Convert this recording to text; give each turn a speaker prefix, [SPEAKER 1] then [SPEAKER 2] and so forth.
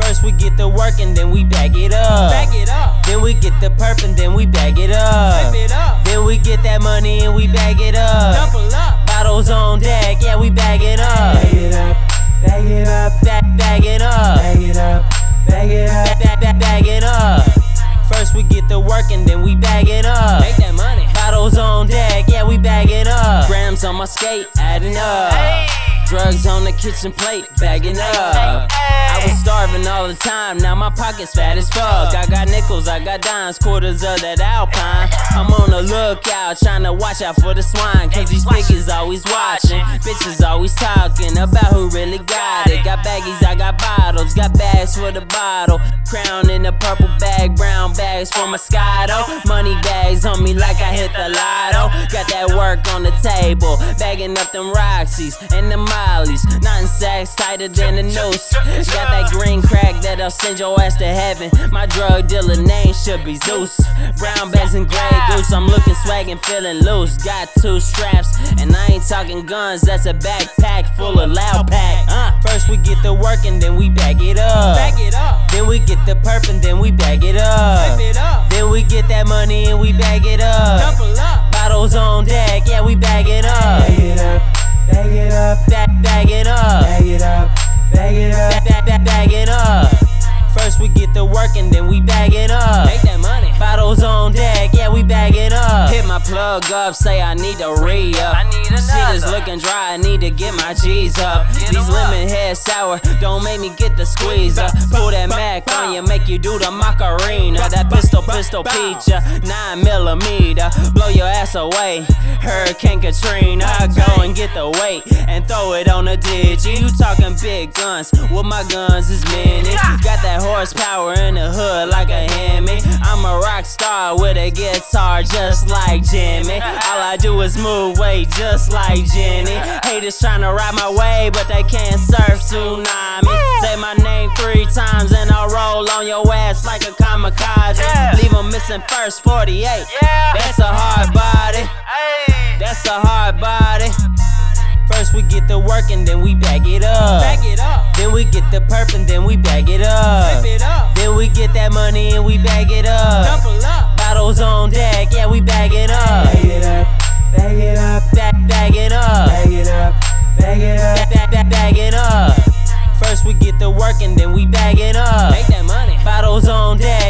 [SPEAKER 1] First we get the work and then we bag it up.
[SPEAKER 2] Back it up.
[SPEAKER 1] Then we get the perp and then we bag it up.
[SPEAKER 2] Whip it up.
[SPEAKER 1] Then we get that money and we bag it up.
[SPEAKER 2] Double up.
[SPEAKER 1] Bottles on deck, yeah we bag it up.
[SPEAKER 3] Bag it up, bag it up,
[SPEAKER 1] Bag, bag it up.
[SPEAKER 3] bag it up, bag it up,
[SPEAKER 1] Bag, bag, bag, bag it up. First we get the work and then we bag it up.
[SPEAKER 2] Make that money.
[SPEAKER 1] Bottles on deck, yeah we bag it up. Grams on my skate, adding up. Drugs on the kitchen plate, bagging up. I was starving all the time, now my pockets fat as fuck. I got nickels, I got dimes, quarters of that alpine. I'm on the lookout, trying to watch out for the swine. Cause these niggas always watching, bitches always talking about who really got it. Got baggies, I got bottles, got bags for the bottle. Crown in a purple bag, brown bags for Moscato. Money bags on me like I hit the lotto. Got that work on the table, bagging up them Roxy's and the Mollies. Nothing sacks tighter than a noose. Got that green crack that'll send your ass to heaven. My drug dealer name should be Zeus. Brown bags and gray goose, I'm looking swaggin', feeling loose. Got two straps, and I ain't talking guns, that's a backpack full of loud pack. Uh, first we get the work and then we bag it up.
[SPEAKER 2] Back it up.
[SPEAKER 1] Then we get the perp and then we bag it up.
[SPEAKER 2] Whip it up.
[SPEAKER 1] Then we get that money and we bag it up.
[SPEAKER 2] Double up.
[SPEAKER 1] Bottles on deck, yeah, we bag it up.
[SPEAKER 3] bag it up, bag it up,
[SPEAKER 1] Bag, bag it up.
[SPEAKER 3] bag it up, bag it up,
[SPEAKER 1] Bag, bag, bag, bag it up. First we get the work and then we bag it up.
[SPEAKER 2] Make that money.
[SPEAKER 1] Bottles on deck, yeah, we bag it up. Hit my plug up, say I need to re up.
[SPEAKER 2] I need
[SPEAKER 1] Shit is
[SPEAKER 2] another.
[SPEAKER 1] looking dry, I need to get my G's up.
[SPEAKER 2] Get 'em
[SPEAKER 1] These
[SPEAKER 2] up.
[SPEAKER 1] lemon heads sour, don't make me get the squeeze up. Pull that Mac on you, make you do the Macarena. That pistol, pistol, pizza, 9 millimeter. Blow your ass away, Hurricane Katrina. I go and get the weight and throw it on the ditch. You talking big guns, with my guns is minute. Got that horsepower in the hood like a Hemi. I'm a rock star with a guitar just like Jimmy. All I do is move weight just like Jenny. Haters tryna ride my way, but they can't surf tsunami. Say my name three times and I'll roll on your ass like a kamikaze. Leave 'em missing first 48. That's a hard body. That's a hard body. First we get the work and then we bag it up.
[SPEAKER 2] Back it up.
[SPEAKER 1] Then we get the perp and then we bag it up.
[SPEAKER 2] Whip it up.
[SPEAKER 1] Then we get that money and we bag it up.
[SPEAKER 2] Double up.
[SPEAKER 1] Bottles on deck, yeah, we bag it up.
[SPEAKER 3] bag it up, bag it up,
[SPEAKER 1] Bag, bag it up.
[SPEAKER 3] bag it up, bag it up,
[SPEAKER 1] Bag, bag, bag, bag it up. First we get the work and then we bag it up.
[SPEAKER 2] Make that money.
[SPEAKER 1] Bottles on deck,